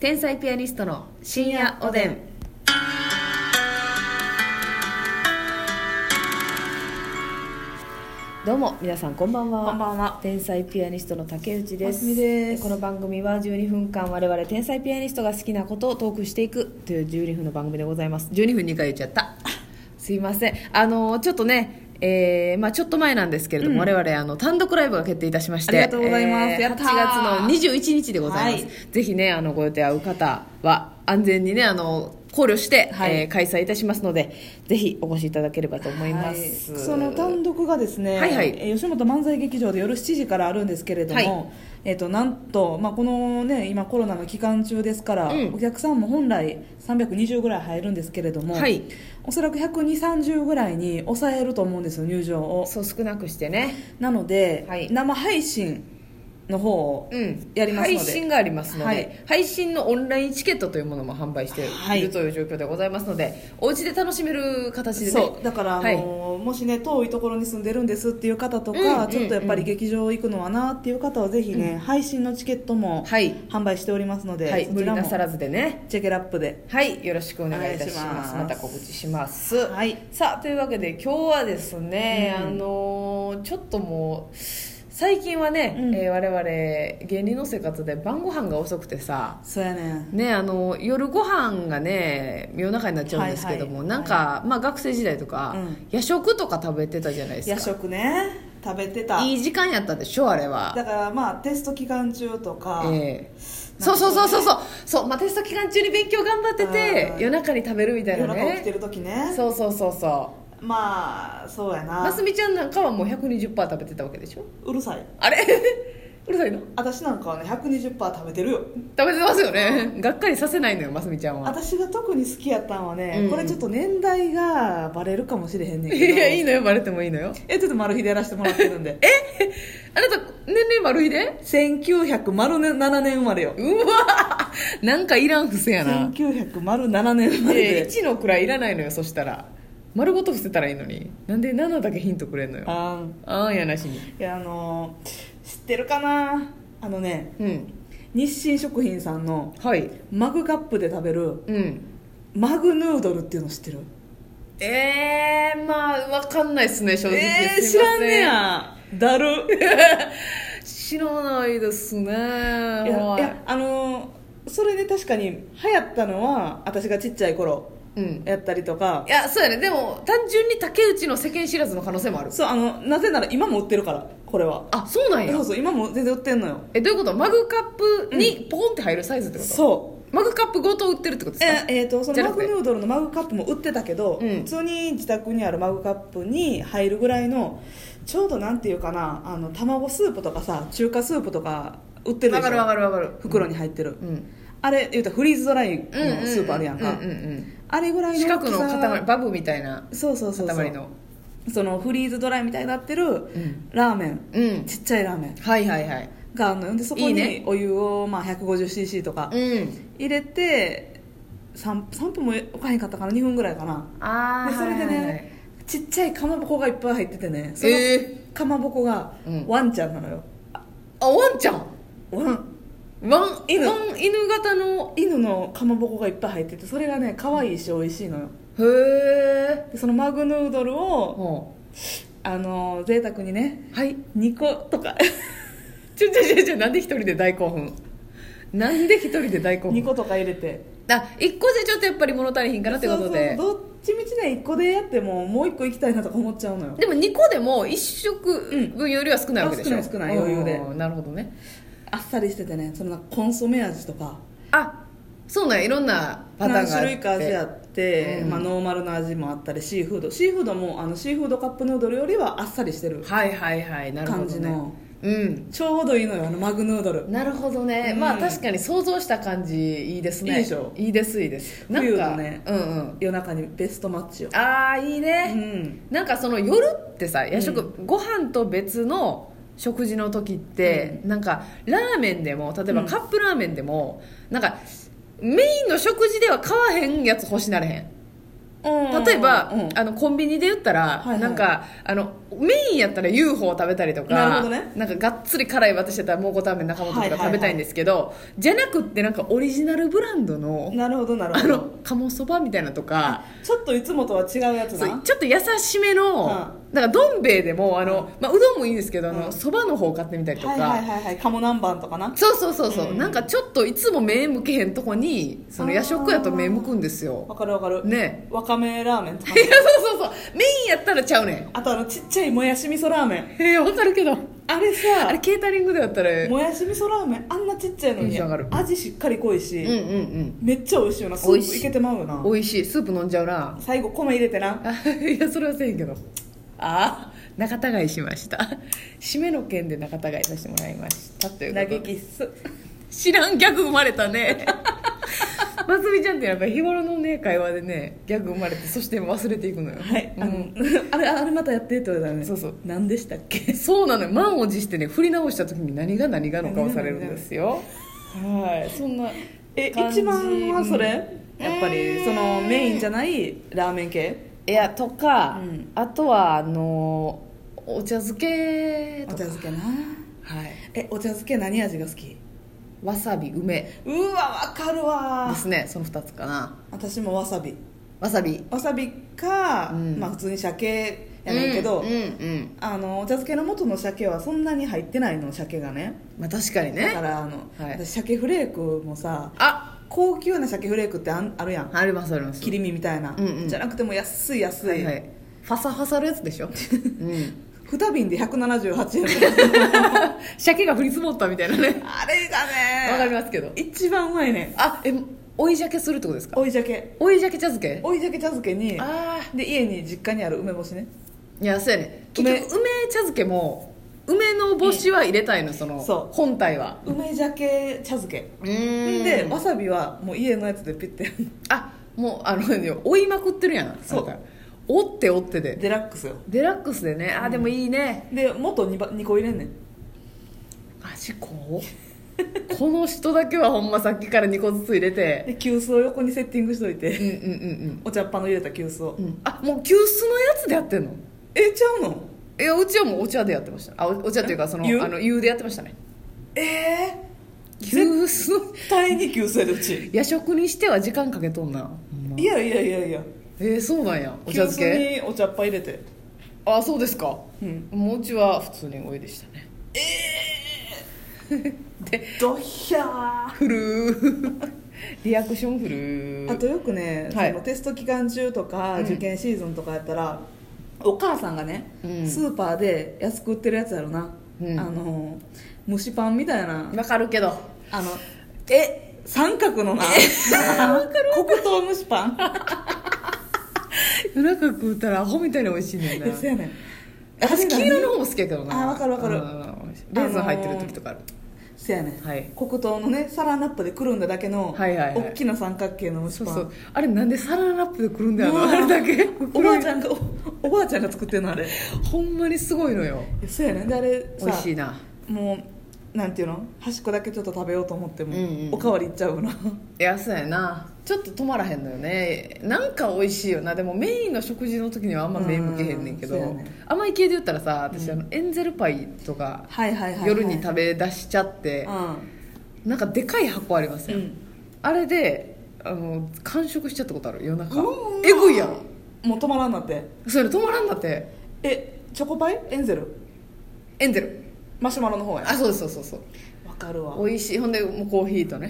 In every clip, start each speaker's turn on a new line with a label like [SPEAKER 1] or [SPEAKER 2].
[SPEAKER 1] 天才ピアニストの深夜おでん。どうも皆さんこんばんは。
[SPEAKER 2] こんばんは
[SPEAKER 1] 天才ピアニストの竹内です。
[SPEAKER 2] ますみです
[SPEAKER 1] この番組は12分間我々天才ピアニストが好きなことをトークしていくという12分の番組でございます。12分2回言っちゃった。 すいません。あのちょっとね。えーまあ、ちょっと前なんですけれども、
[SPEAKER 2] うん
[SPEAKER 1] 我々あの単独ライブが決定いたしまして
[SPEAKER 2] ありがとうございます
[SPEAKER 1] えー
[SPEAKER 2] やったー
[SPEAKER 1] 8月の21日でございます、
[SPEAKER 2] はい
[SPEAKER 1] ぜひねあのご予定合う方は安全にねあの考慮して、
[SPEAKER 2] はい
[SPEAKER 1] えー開催いたしますのでぜひお越しいただければと思います、
[SPEAKER 2] はいその単独がですね、
[SPEAKER 1] はいはい
[SPEAKER 2] えー吉本漫才劇場で夜7時からあるんですけれども、
[SPEAKER 1] はい
[SPEAKER 2] えー、となんと、まあ、この、ね、今コロナの期間中ですから、
[SPEAKER 1] うん
[SPEAKER 2] お客さんも本来320ぐらい入るんですけれども、
[SPEAKER 1] はい
[SPEAKER 2] おそらく12030ぐらいに抑えると思うんですよ入場を
[SPEAKER 1] そう少なくしてね
[SPEAKER 2] なので、
[SPEAKER 1] はい
[SPEAKER 2] 生配信の方を
[SPEAKER 1] うん
[SPEAKER 2] やりますので、
[SPEAKER 1] 配信がありますので、
[SPEAKER 2] はい
[SPEAKER 1] 配信のオンラインチケットというものも販売して
[SPEAKER 2] はい
[SPEAKER 1] る
[SPEAKER 2] い
[SPEAKER 1] という状況でございますので、お家で楽しめる形でね
[SPEAKER 2] そうだから、あの
[SPEAKER 1] はい
[SPEAKER 2] もしね遠いところに住んでるんですっていう方とか、
[SPEAKER 1] うんうん
[SPEAKER 2] ちょっとやっぱり劇場行くのはなっていう方はぜひね、配信のチケットも
[SPEAKER 1] はい
[SPEAKER 2] 販売しておりますので、
[SPEAKER 1] はい、
[SPEAKER 2] そ
[SPEAKER 1] 無
[SPEAKER 2] ち
[SPEAKER 1] 理
[SPEAKER 2] らも
[SPEAKER 1] なさらずでね
[SPEAKER 2] チェケラップで
[SPEAKER 1] はい、よろしくお願いいたし
[SPEAKER 2] お願い
[SPEAKER 1] ます。
[SPEAKER 2] します
[SPEAKER 1] また告知します。
[SPEAKER 2] はい
[SPEAKER 1] さあというわけで今日はですね、
[SPEAKER 2] うん
[SPEAKER 1] あのーちょっともう最近はね、
[SPEAKER 2] うん
[SPEAKER 1] えー我々芸人の生活で晩ご飯が遅くてさ。
[SPEAKER 2] そうやねん
[SPEAKER 1] ね、あの夜ご飯がね夜中になっちゃうんですけども、
[SPEAKER 2] はいはい
[SPEAKER 1] なんか、まあ、学生時代とか、
[SPEAKER 2] うん
[SPEAKER 1] 夜食とか食べてたじゃないですか
[SPEAKER 2] 夜食ね食べてた
[SPEAKER 1] いい時間やったでしょあれは
[SPEAKER 2] だからまあテスト期間中とか、
[SPEAKER 1] ええそうそうそうそうそうそう、まあ、テスト期間中に勉強頑張ってて
[SPEAKER 2] うん
[SPEAKER 1] 夜中に食べるみたい
[SPEAKER 2] 夜
[SPEAKER 1] な
[SPEAKER 2] 中起きて
[SPEAKER 1] ね
[SPEAKER 2] る時ね
[SPEAKER 1] そうそうそうそう
[SPEAKER 2] まあそうやな、
[SPEAKER 1] ますみちゃんなんかはもう120%食べてたわけでしょ
[SPEAKER 2] うるさい
[SPEAKER 1] あれ うるさいの食
[SPEAKER 2] 私なんかはね120%食べてるよ
[SPEAKER 1] べてますよねがっかりさせないのよますみちゃんは
[SPEAKER 2] 私が特に好きやったんはね、
[SPEAKER 1] うん
[SPEAKER 2] これちょっと年代がバレるかもしれへんねん
[SPEAKER 1] い
[SPEAKER 2] けど
[SPEAKER 1] やいいのよバレてもいいのよ
[SPEAKER 2] えちょっとマルヒでやらせてもらってるんでえ
[SPEAKER 1] あなた年齢丸いで
[SPEAKER 2] 1907年生まれよ
[SPEAKER 1] うわなんかいらん伏せやな
[SPEAKER 2] 1907年生ま
[SPEAKER 1] い
[SPEAKER 2] れ
[SPEAKER 1] や
[SPEAKER 2] で
[SPEAKER 1] 1の位いらないのよそしたら丸ごと伏せたらいいのになんで7だけヒントくれんのよ
[SPEAKER 2] あん
[SPEAKER 1] あーやなしに
[SPEAKER 2] いやあのー知ってるかなあのね
[SPEAKER 1] うん
[SPEAKER 2] 日清食品さんの
[SPEAKER 1] はい
[SPEAKER 2] マグカップで食べる
[SPEAKER 1] うん
[SPEAKER 2] マグヌードルっていうの知ってる
[SPEAKER 1] えー、まあわかんないっすね正直
[SPEAKER 2] えー、
[SPEAKER 1] す
[SPEAKER 2] 知
[SPEAKER 1] いま
[SPEAKER 2] らん
[SPEAKER 1] せ
[SPEAKER 2] ねやだる
[SPEAKER 1] 知らないですね
[SPEAKER 2] いや
[SPEAKER 1] はい
[SPEAKER 2] いやあのーそれね確かに流行ったのは私がちっちゃい頃
[SPEAKER 1] うん
[SPEAKER 2] やったりとか
[SPEAKER 1] いやそうやねでも単純に竹内の世間知らずの可能性もある
[SPEAKER 2] そうあのなぜなら今も売ってるからこれは
[SPEAKER 1] あそうなんや
[SPEAKER 2] そうそう今も全然売ってんのよ
[SPEAKER 1] えどういうことマグカップにポコンって入るサイズってこと、
[SPEAKER 2] そう
[SPEAKER 1] マグカップごと売ってるってことですか
[SPEAKER 2] ええーとそ
[SPEAKER 1] じ
[SPEAKER 2] の
[SPEAKER 1] ゃな
[SPEAKER 2] マ
[SPEAKER 1] く
[SPEAKER 2] グ
[SPEAKER 1] て
[SPEAKER 2] ヌードルのマグカップも売ってたけど、
[SPEAKER 1] うん
[SPEAKER 2] 普通に自宅にあるマグカップに入るぐらいのちょうどなんていうかなあの卵スープとかさ中華スープとか売ってるで
[SPEAKER 1] わ
[SPEAKER 2] しょ
[SPEAKER 1] かるわかるわかる
[SPEAKER 2] 袋に入ってる、
[SPEAKER 1] うんうん
[SPEAKER 2] あれ言うたらフリーズドライの
[SPEAKER 1] うんうん
[SPEAKER 2] スープあるやんか、
[SPEAKER 1] うんうんうん
[SPEAKER 2] あれぐらいの
[SPEAKER 1] 四角の
[SPEAKER 2] 大きさ
[SPEAKER 1] 塊バブみたいな
[SPEAKER 2] そうそうそうそう
[SPEAKER 1] 塊の
[SPEAKER 2] そのフリーズドライみたいになってる
[SPEAKER 1] うん
[SPEAKER 2] ラーメン
[SPEAKER 1] うん
[SPEAKER 2] ちっちゃいラーメン
[SPEAKER 1] はいはいはい
[SPEAKER 2] があるのよでそこ
[SPEAKER 1] いい
[SPEAKER 2] に
[SPEAKER 1] ね
[SPEAKER 2] お湯をまあ 150cc とか
[SPEAKER 1] うん
[SPEAKER 2] 入れて 3, 3分もおかへんかったかな2分ぐらいかな
[SPEAKER 1] ああ
[SPEAKER 2] でそれでね、ちっちゃいかまぼこがいっぱい入っててねその
[SPEAKER 1] えー
[SPEAKER 2] かまぼこが
[SPEAKER 1] うん
[SPEAKER 2] ワンちゃんなのよ、
[SPEAKER 1] あワンちゃん
[SPEAKER 2] ワン
[SPEAKER 1] ワン
[SPEAKER 2] 犬
[SPEAKER 1] ワン犬型の
[SPEAKER 2] 犬のかまぼこがいっぱい入っててそれがね可愛いし美味しいのよ
[SPEAKER 1] へえ
[SPEAKER 2] でそのマグヌードルを
[SPEAKER 1] は
[SPEAKER 2] あのー贅沢にね
[SPEAKER 1] い
[SPEAKER 2] 2個とか
[SPEAKER 1] ちょちょちょちょなんで一人で大興奮なんで一人で大興奮
[SPEAKER 2] 2個とか入れて
[SPEAKER 1] あ一個じゃちょっとやっぱり物足りひんかなってことで
[SPEAKER 2] そうそうどっちみちね1個でやってももう1個行きたいなとか思っちゃうのよ
[SPEAKER 1] でも2個でも1食分よりは少ないわけでしょ、
[SPEAKER 2] あ少ない少ない余裕で
[SPEAKER 1] おーなるほどね
[SPEAKER 2] あっさりしててねそのなんかコンソメ味とか
[SPEAKER 1] あそうなんやいろんなパターン
[SPEAKER 2] 何
[SPEAKER 1] があ
[SPEAKER 2] 種類
[SPEAKER 1] っ
[SPEAKER 2] か味あ
[SPEAKER 1] て
[SPEAKER 2] って、
[SPEAKER 1] うん
[SPEAKER 2] まあ、ノーマルの味もあったりシーフードシーフードもあのシーフードカップヌードルよりはあっさりしてる
[SPEAKER 1] はいはいはいなるほ
[SPEAKER 2] 感
[SPEAKER 1] ど
[SPEAKER 2] じ
[SPEAKER 1] ね
[SPEAKER 2] の、
[SPEAKER 1] うん
[SPEAKER 2] ちょうどいいのよあのマグヌードル
[SPEAKER 1] なるほどね、
[SPEAKER 2] うん
[SPEAKER 1] まあ確かに想像した感じいいですね
[SPEAKER 2] いいでしょ
[SPEAKER 1] いいですいいですなん
[SPEAKER 2] 冬
[SPEAKER 1] か
[SPEAKER 2] のね
[SPEAKER 1] うんうん
[SPEAKER 2] 夜中にベストマッチよ
[SPEAKER 1] ああいいうね、
[SPEAKER 2] ん
[SPEAKER 1] なんかその夜ってさ夜食、ご飯と別の食事の時って、なんかラーメンでも例えば
[SPEAKER 2] うん
[SPEAKER 1] カップラーメンでも、なんかメインの食事では買わへんやつ欲しなれへん
[SPEAKER 2] うん
[SPEAKER 1] 例えば、
[SPEAKER 2] うん
[SPEAKER 1] あのコンビニで言ったら、
[SPEAKER 2] はいはい
[SPEAKER 1] なんかあのメインやったら UFO を食べたりとか
[SPEAKER 2] なるほどね
[SPEAKER 1] なんかがっつり辛い私やったら蒙古タンメン中本と
[SPEAKER 2] はいは
[SPEAKER 1] か
[SPEAKER 2] いはい
[SPEAKER 1] 食べたいんですけど、じゃなくってなんかオリジナルブランドの
[SPEAKER 2] なるほどなる
[SPEAKER 1] あ
[SPEAKER 2] ほ
[SPEAKER 1] の
[SPEAKER 2] ど
[SPEAKER 1] 鴨そばみたいなとか。
[SPEAKER 2] ちょっといつもとは違うやつ
[SPEAKER 1] そ
[SPEAKER 2] な
[SPEAKER 1] うちょっと優しめの、
[SPEAKER 2] う
[SPEAKER 1] なんかどん兵衛でもあの、まあ、うどんもいいんですけどあ
[SPEAKER 2] う
[SPEAKER 1] の
[SPEAKER 2] ん
[SPEAKER 1] そば、の方を買ってみたりとか、
[SPEAKER 2] はいはいはいはい鴨南蛮とかな
[SPEAKER 1] そうそうそうそう、
[SPEAKER 2] うん
[SPEAKER 1] なんかちょっといつも目向けへんとこにその夜食やと目向くんですよ
[SPEAKER 2] わかるわかる
[SPEAKER 1] ね
[SPEAKER 2] わかめラーメンと か
[SPEAKER 1] いやそうそうそうメインやったらちゃうねん
[SPEAKER 2] あとあのちっちゃいもやし味噌ラーメン
[SPEAKER 1] えー、わかるけど
[SPEAKER 2] あれ
[SPEAKER 1] あ
[SPEAKER 2] さ
[SPEAKER 1] れケータリングでやったらうんうん
[SPEAKER 2] もやし味噌ラーメンあんなちっちゃいの
[SPEAKER 1] テンシ
[SPEAKER 2] に
[SPEAKER 1] ョン上がる
[SPEAKER 2] 味しっかり濃いし、
[SPEAKER 1] うん
[SPEAKER 2] めっちゃ美味しいよなス
[SPEAKER 1] 美味
[SPEAKER 2] ー
[SPEAKER 1] し
[SPEAKER 2] プ
[SPEAKER 1] い
[SPEAKER 2] いけてまうよな
[SPEAKER 1] 美味しいスープ飲んじゃうな
[SPEAKER 2] 最後米入れてな
[SPEAKER 1] あいやそれはせえへんけどああ仲違いしました 締めの件で仲違いさせてもらいましたということで
[SPEAKER 2] 嘆きっす
[SPEAKER 1] 知らんギャグ生まれたね まつみちゃんってやっぱり日頃のね会話でねギャグ生まれてそして忘れていくのよ
[SPEAKER 2] はいあ
[SPEAKER 1] う
[SPEAKER 2] の、
[SPEAKER 1] ん
[SPEAKER 2] あれあれまたやってって言われたらね
[SPEAKER 1] そうそう
[SPEAKER 2] 何でしたっけ
[SPEAKER 1] そうなのよ満を持してね振り直した時に何が何がの顔されるんですよはいそんな
[SPEAKER 2] え
[SPEAKER 1] 感じ
[SPEAKER 2] 一番はそれ、
[SPEAKER 1] うん
[SPEAKER 2] やっぱりそのメインじゃないラーメン系
[SPEAKER 1] いやとか、
[SPEAKER 2] うん
[SPEAKER 1] あとはあのお茶漬け
[SPEAKER 2] お
[SPEAKER 1] と
[SPEAKER 2] 茶
[SPEAKER 1] か
[SPEAKER 2] 漬けな
[SPEAKER 1] はい
[SPEAKER 2] えお茶漬け何味が好き
[SPEAKER 1] わさび梅で
[SPEAKER 2] うわわかるわ
[SPEAKER 1] すねその2つかな
[SPEAKER 2] 私もわさび
[SPEAKER 1] わさび
[SPEAKER 2] わさびか、
[SPEAKER 1] うん
[SPEAKER 2] まあ普通に鮭やねんけど、
[SPEAKER 1] うんうんうん
[SPEAKER 2] あのお茶漬けの元の鮭はそんなに入ってないの鮭がね
[SPEAKER 1] まあ確かに
[SPEAKER 2] だか
[SPEAKER 1] ね
[SPEAKER 2] らあの、
[SPEAKER 1] はい
[SPEAKER 2] 私鮭フレークもさ
[SPEAKER 1] あ
[SPEAKER 2] 高級な鮭フレークってあんあるやん
[SPEAKER 1] ありますあります
[SPEAKER 2] 切り身みたいな、
[SPEAKER 1] うんうん
[SPEAKER 2] じゃなくても安い安い、
[SPEAKER 1] はいはいファサファサのやつでしょ、うん、
[SPEAKER 2] 2瓶で178円
[SPEAKER 1] 鮭が降り積もったみたいなね
[SPEAKER 2] あれがね
[SPEAKER 1] わかりますけど
[SPEAKER 2] 一番うまいねん
[SPEAKER 1] あえ追い鮭するってことですか
[SPEAKER 2] 追い鮭
[SPEAKER 1] 追い鮭茶漬け
[SPEAKER 2] 追い鮭茶漬けに
[SPEAKER 1] あ
[SPEAKER 2] で家に実家にある梅干しね
[SPEAKER 1] あいやそうやね結
[SPEAKER 2] 梅
[SPEAKER 1] 局梅茶漬けも梅の干しは入れたいの、その
[SPEAKER 2] そう
[SPEAKER 1] 本体は
[SPEAKER 2] 梅鮭茶漬け
[SPEAKER 1] うん
[SPEAKER 2] でわさびはもう家のやつでピッて
[SPEAKER 1] あもうあのね追いまくってるやん
[SPEAKER 2] そう
[SPEAKER 1] あなた追って追ってで
[SPEAKER 2] デラックスよ
[SPEAKER 1] デラックスでねあでもいいね、
[SPEAKER 2] で元 2, ば2個入れんねん
[SPEAKER 1] 味こう この人だけはほんまさっきから2個ずつ入れて
[SPEAKER 2] で急須を横にセッティングしとい
[SPEAKER 1] うん
[SPEAKER 2] て
[SPEAKER 1] うんうん
[SPEAKER 2] お茶っ葉の入れた急須を、
[SPEAKER 1] うんうんあもう急須のやつでやってんの
[SPEAKER 2] えちゃうの
[SPEAKER 1] いやうちはもうお茶でやってましたあおお茶っていうかその
[SPEAKER 2] 湯
[SPEAKER 1] あの湯でやってましたね
[SPEAKER 2] ええ
[SPEAKER 1] 急須
[SPEAKER 2] ー、第2急須やでう ち
[SPEAKER 1] 夜食にしては時間かけとんな、ほんま
[SPEAKER 2] いやいやいやいや
[SPEAKER 1] えー、そうなんやお茶漬
[SPEAKER 2] 急
[SPEAKER 1] け
[SPEAKER 2] 須にお茶っ葉入れて
[SPEAKER 1] あそうですか
[SPEAKER 2] うん
[SPEAKER 1] もううちは普通にお湯でしたね
[SPEAKER 2] ドヒャー
[SPEAKER 1] フルー リアクションフルー
[SPEAKER 2] あとよくね、
[SPEAKER 1] はい
[SPEAKER 2] そのテスト期間中とか
[SPEAKER 1] うん
[SPEAKER 2] 受験シーズンとかやったら、お母さんがね、
[SPEAKER 1] うん
[SPEAKER 2] スーパーで安く売ってるやつやろな、
[SPEAKER 1] うん
[SPEAKER 2] あの蒸しパンみたいな
[SPEAKER 1] わかるけど
[SPEAKER 2] あの
[SPEAKER 1] え
[SPEAKER 2] 三角のな黒糖蒸しパン
[SPEAKER 1] 夜中食うたらアホみたいに美味しい ねんな
[SPEAKER 2] ですよねん
[SPEAKER 1] 私黄色の
[SPEAKER 2] の
[SPEAKER 1] 方も好きやけどな
[SPEAKER 2] あわかるわかる
[SPEAKER 1] うんレーズン入ってる時とかある、
[SPEAKER 2] せやねん、
[SPEAKER 1] はい
[SPEAKER 2] 黒糖のねサランラップでくるんだだけの、
[SPEAKER 1] はいはいはい
[SPEAKER 2] 大きな三角形の蒸し
[SPEAKER 1] そ
[SPEAKER 2] パン
[SPEAKER 1] うそうあれなんでサランラップでくるんだよ
[SPEAKER 2] うわ
[SPEAKER 1] なあれだけ
[SPEAKER 2] おばあち
[SPEAKER 1] ゃ
[SPEAKER 2] ゃんがおおばあちゃんが作ってるのあれ
[SPEAKER 1] ほんまにすごいのよ
[SPEAKER 2] そうやねんであれ
[SPEAKER 1] 美味
[SPEAKER 2] さ
[SPEAKER 1] しいな
[SPEAKER 2] もうなんていうの端っこだけちょっと食べようと思っても、
[SPEAKER 1] うんうん
[SPEAKER 2] おかわりいっち ゃうの
[SPEAKER 1] いやそうやなちょっと止まらへんのよねなんか美味しいよなでもメインの食事の時にはあんま目向けへんねんけど
[SPEAKER 2] うんそうやね
[SPEAKER 1] 甘い系で言ったらさ私、あのエンゼルパイとか
[SPEAKER 2] はいはいはい、はい、
[SPEAKER 1] 夜に
[SPEAKER 2] べ
[SPEAKER 1] 食べ出しちゃって、
[SPEAKER 2] う
[SPEAKER 1] なんかでかい箱ありますよ、
[SPEAKER 2] ん、
[SPEAKER 1] あれであの完食しちゃったことある夜中
[SPEAKER 2] うん
[SPEAKER 1] えぐいやろ
[SPEAKER 2] もう止まらんなって
[SPEAKER 1] それ止まらんだって
[SPEAKER 2] えチョコパイエンゼル
[SPEAKER 1] エンゼル
[SPEAKER 2] マシュマロの方や
[SPEAKER 1] あそうそうそうそう
[SPEAKER 2] わかるわ
[SPEAKER 1] 美味しいほんでもうコーヒーと
[SPEAKER 2] う
[SPEAKER 1] ね、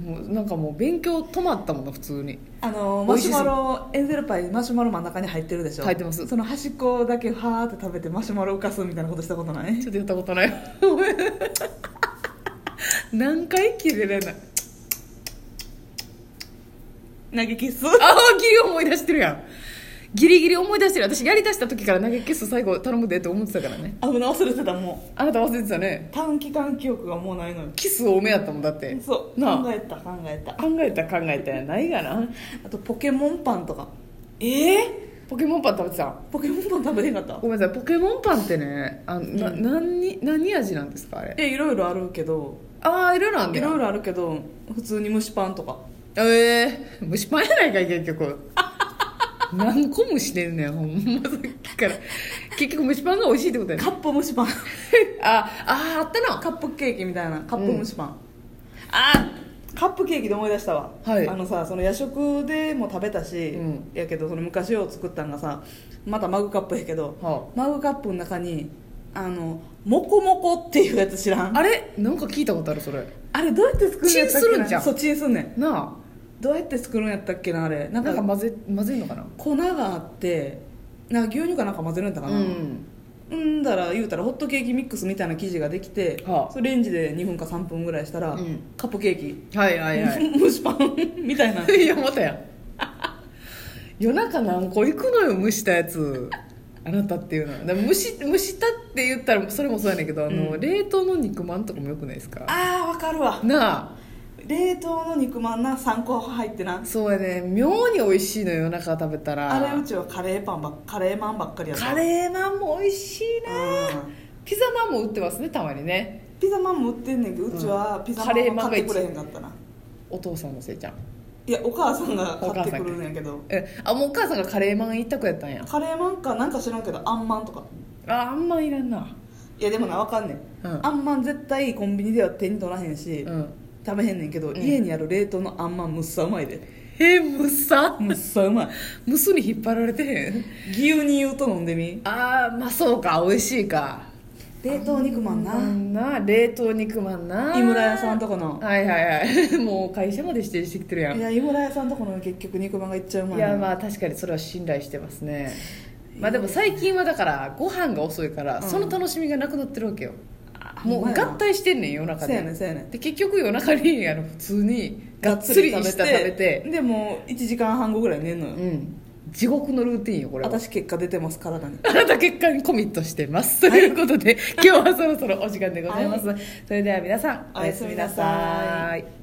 [SPEAKER 2] ん
[SPEAKER 1] もうなんかもう勉強止まったもんな普通に
[SPEAKER 2] あの
[SPEAKER 1] 美
[SPEAKER 2] マ
[SPEAKER 1] 味し
[SPEAKER 2] シ
[SPEAKER 1] い
[SPEAKER 2] ュマロエンゼルパイマシュマロ真ん中に入ってるでしょ
[SPEAKER 1] 入ってます
[SPEAKER 2] その端っこだけはーって食べてマシュマロ浮かすみたいなことしたことない
[SPEAKER 1] ちょっとやったことないわ 何回切れれない
[SPEAKER 2] 投げキッス
[SPEAKER 1] ああギリ思い出してるやんギリギリ思い出してる私やりだした時から投げキッス最後頼むでって思ってたからね
[SPEAKER 2] 危な忘れてたも
[SPEAKER 1] あなた忘れてたね
[SPEAKER 2] う短期間記憶がもうないのよ
[SPEAKER 1] キス多めやったもんだって
[SPEAKER 2] そう
[SPEAKER 1] なあ
[SPEAKER 2] 考えた考えた
[SPEAKER 1] 考えた考えたやないがな
[SPEAKER 2] あとポケモンパンとかええ
[SPEAKER 1] ポケモンパン食べてた
[SPEAKER 2] ポケモンパン食べれんかった
[SPEAKER 1] ごめんなさいポケモンパンってねあな、
[SPEAKER 2] うん
[SPEAKER 1] 何に何味なんですかあれ
[SPEAKER 2] えいろいろあるけど
[SPEAKER 1] ああいろいろあん
[SPEAKER 2] い
[SPEAKER 1] ね
[SPEAKER 2] ろいろあるけど普通に蒸しパンとか
[SPEAKER 1] ええー、蒸しパンやないかい結局 何個もしてんねんほんまさっきから結局蒸しパンが美味しいってことやね
[SPEAKER 2] カップ蒸しパン
[SPEAKER 1] あああったな
[SPEAKER 2] カップケーキみたいなカップ蒸しパン、
[SPEAKER 1] あ
[SPEAKER 2] カップケーキで思い出したわ、
[SPEAKER 1] はい
[SPEAKER 2] あのさその夜食でも食べたし、
[SPEAKER 1] うん
[SPEAKER 2] やけどその昔を作ったんがさまたマグカップやけど、
[SPEAKER 1] は
[SPEAKER 2] マグカップの中にあのモコモコっていうやつ知らん
[SPEAKER 1] あれなんか聞いたことあるそれ
[SPEAKER 2] あれどうやって作るんや
[SPEAKER 1] チ
[SPEAKER 2] ったっけな
[SPEAKER 1] ンするんじゃん
[SPEAKER 2] そうチンすんねん
[SPEAKER 1] な
[SPEAKER 2] どうやって作るんやったっけなあれな
[SPEAKER 1] あ
[SPEAKER 2] んか
[SPEAKER 1] なんか混ぜ混ぜんのかな
[SPEAKER 2] 粉があってなんか牛乳かなんか混ぜるんだかな、
[SPEAKER 1] うん
[SPEAKER 2] うんだら言うたらホットケーキミックスみたいな生地ができて、
[SPEAKER 1] はあ
[SPEAKER 2] それレンジで2分か3分ぐらいしたら、
[SPEAKER 1] うん
[SPEAKER 2] カップケーキ、
[SPEAKER 1] はいはいはい
[SPEAKER 2] 蒸しパンみた いない
[SPEAKER 1] やまたやん夜中何個行くのよ蒸したやつあなたっていうのはでも蒸し蒸したって言ったらそれもそうやねんけどあの、
[SPEAKER 2] うん
[SPEAKER 1] 冷凍の肉まんとかもよくないですか
[SPEAKER 2] あーわかるわ
[SPEAKER 1] な
[SPEAKER 2] 冷凍の肉まんな3個入ってな
[SPEAKER 1] あそうやね妙に美味しいのよ夜中食べたら
[SPEAKER 2] あれうちはカレーパンばっカレーマンばっかりやった
[SPEAKER 1] カレーマンも美味しいな、
[SPEAKER 2] うん
[SPEAKER 1] ピザマンも売ってますねたまにね
[SPEAKER 2] ピザマンも売ってんねんけどうちはピザマンは買ってくれへんかったな
[SPEAKER 1] お父さんのせいちゃん
[SPEAKER 2] いやお母さんが買ってくるんやけど
[SPEAKER 1] えあもうお母さんがカレーマン一択やったんや
[SPEAKER 2] カレーマンかなんか知らんけどあんまんとか
[SPEAKER 1] ああんまいらんない
[SPEAKER 2] やでもなわかんねん、
[SPEAKER 1] うん
[SPEAKER 2] あんまん絶対コンビニでは手に取らへんし、
[SPEAKER 1] うん
[SPEAKER 2] 食べへんねんけど、
[SPEAKER 1] ん
[SPEAKER 2] 家にある冷凍のあんまんむっさうまいで
[SPEAKER 1] えむさ
[SPEAKER 2] むっさうまい
[SPEAKER 1] むすに引っ張られてへん
[SPEAKER 2] 牛乳と飲んでみ
[SPEAKER 1] ああまあそうか美味しいか
[SPEAKER 2] 冷凍肉まんな
[SPEAKER 1] なんな冷凍肉まんな
[SPEAKER 2] 井村屋さんとこの
[SPEAKER 1] はいはいはい もう会社まで指定してきてるやん
[SPEAKER 2] いや井村屋さんとこの結局肉まんがいっちゃうまい
[SPEAKER 1] いやまあ確かにそれは信頼してますねまあでも最近はだからご飯が遅いから、
[SPEAKER 2] うん
[SPEAKER 1] その楽しみがなくなってるわけよ
[SPEAKER 2] あ
[SPEAKER 1] もう合体してんねん夜中
[SPEAKER 2] そうやね
[SPEAKER 1] で
[SPEAKER 2] んそうやねん
[SPEAKER 1] で結局夜中にあの普通にがっつりした食べて
[SPEAKER 2] でも1時間半後ぐらい寝んのよ、
[SPEAKER 1] うん地獄のルーティンよこれは
[SPEAKER 2] 私結果出てます体に
[SPEAKER 1] あなた結果にコミットしてます。ということで、今日はそろそろお時間でございます。それでは皆さん、おやすみなさ
[SPEAKER 2] おやすみなさ
[SPEAKER 1] い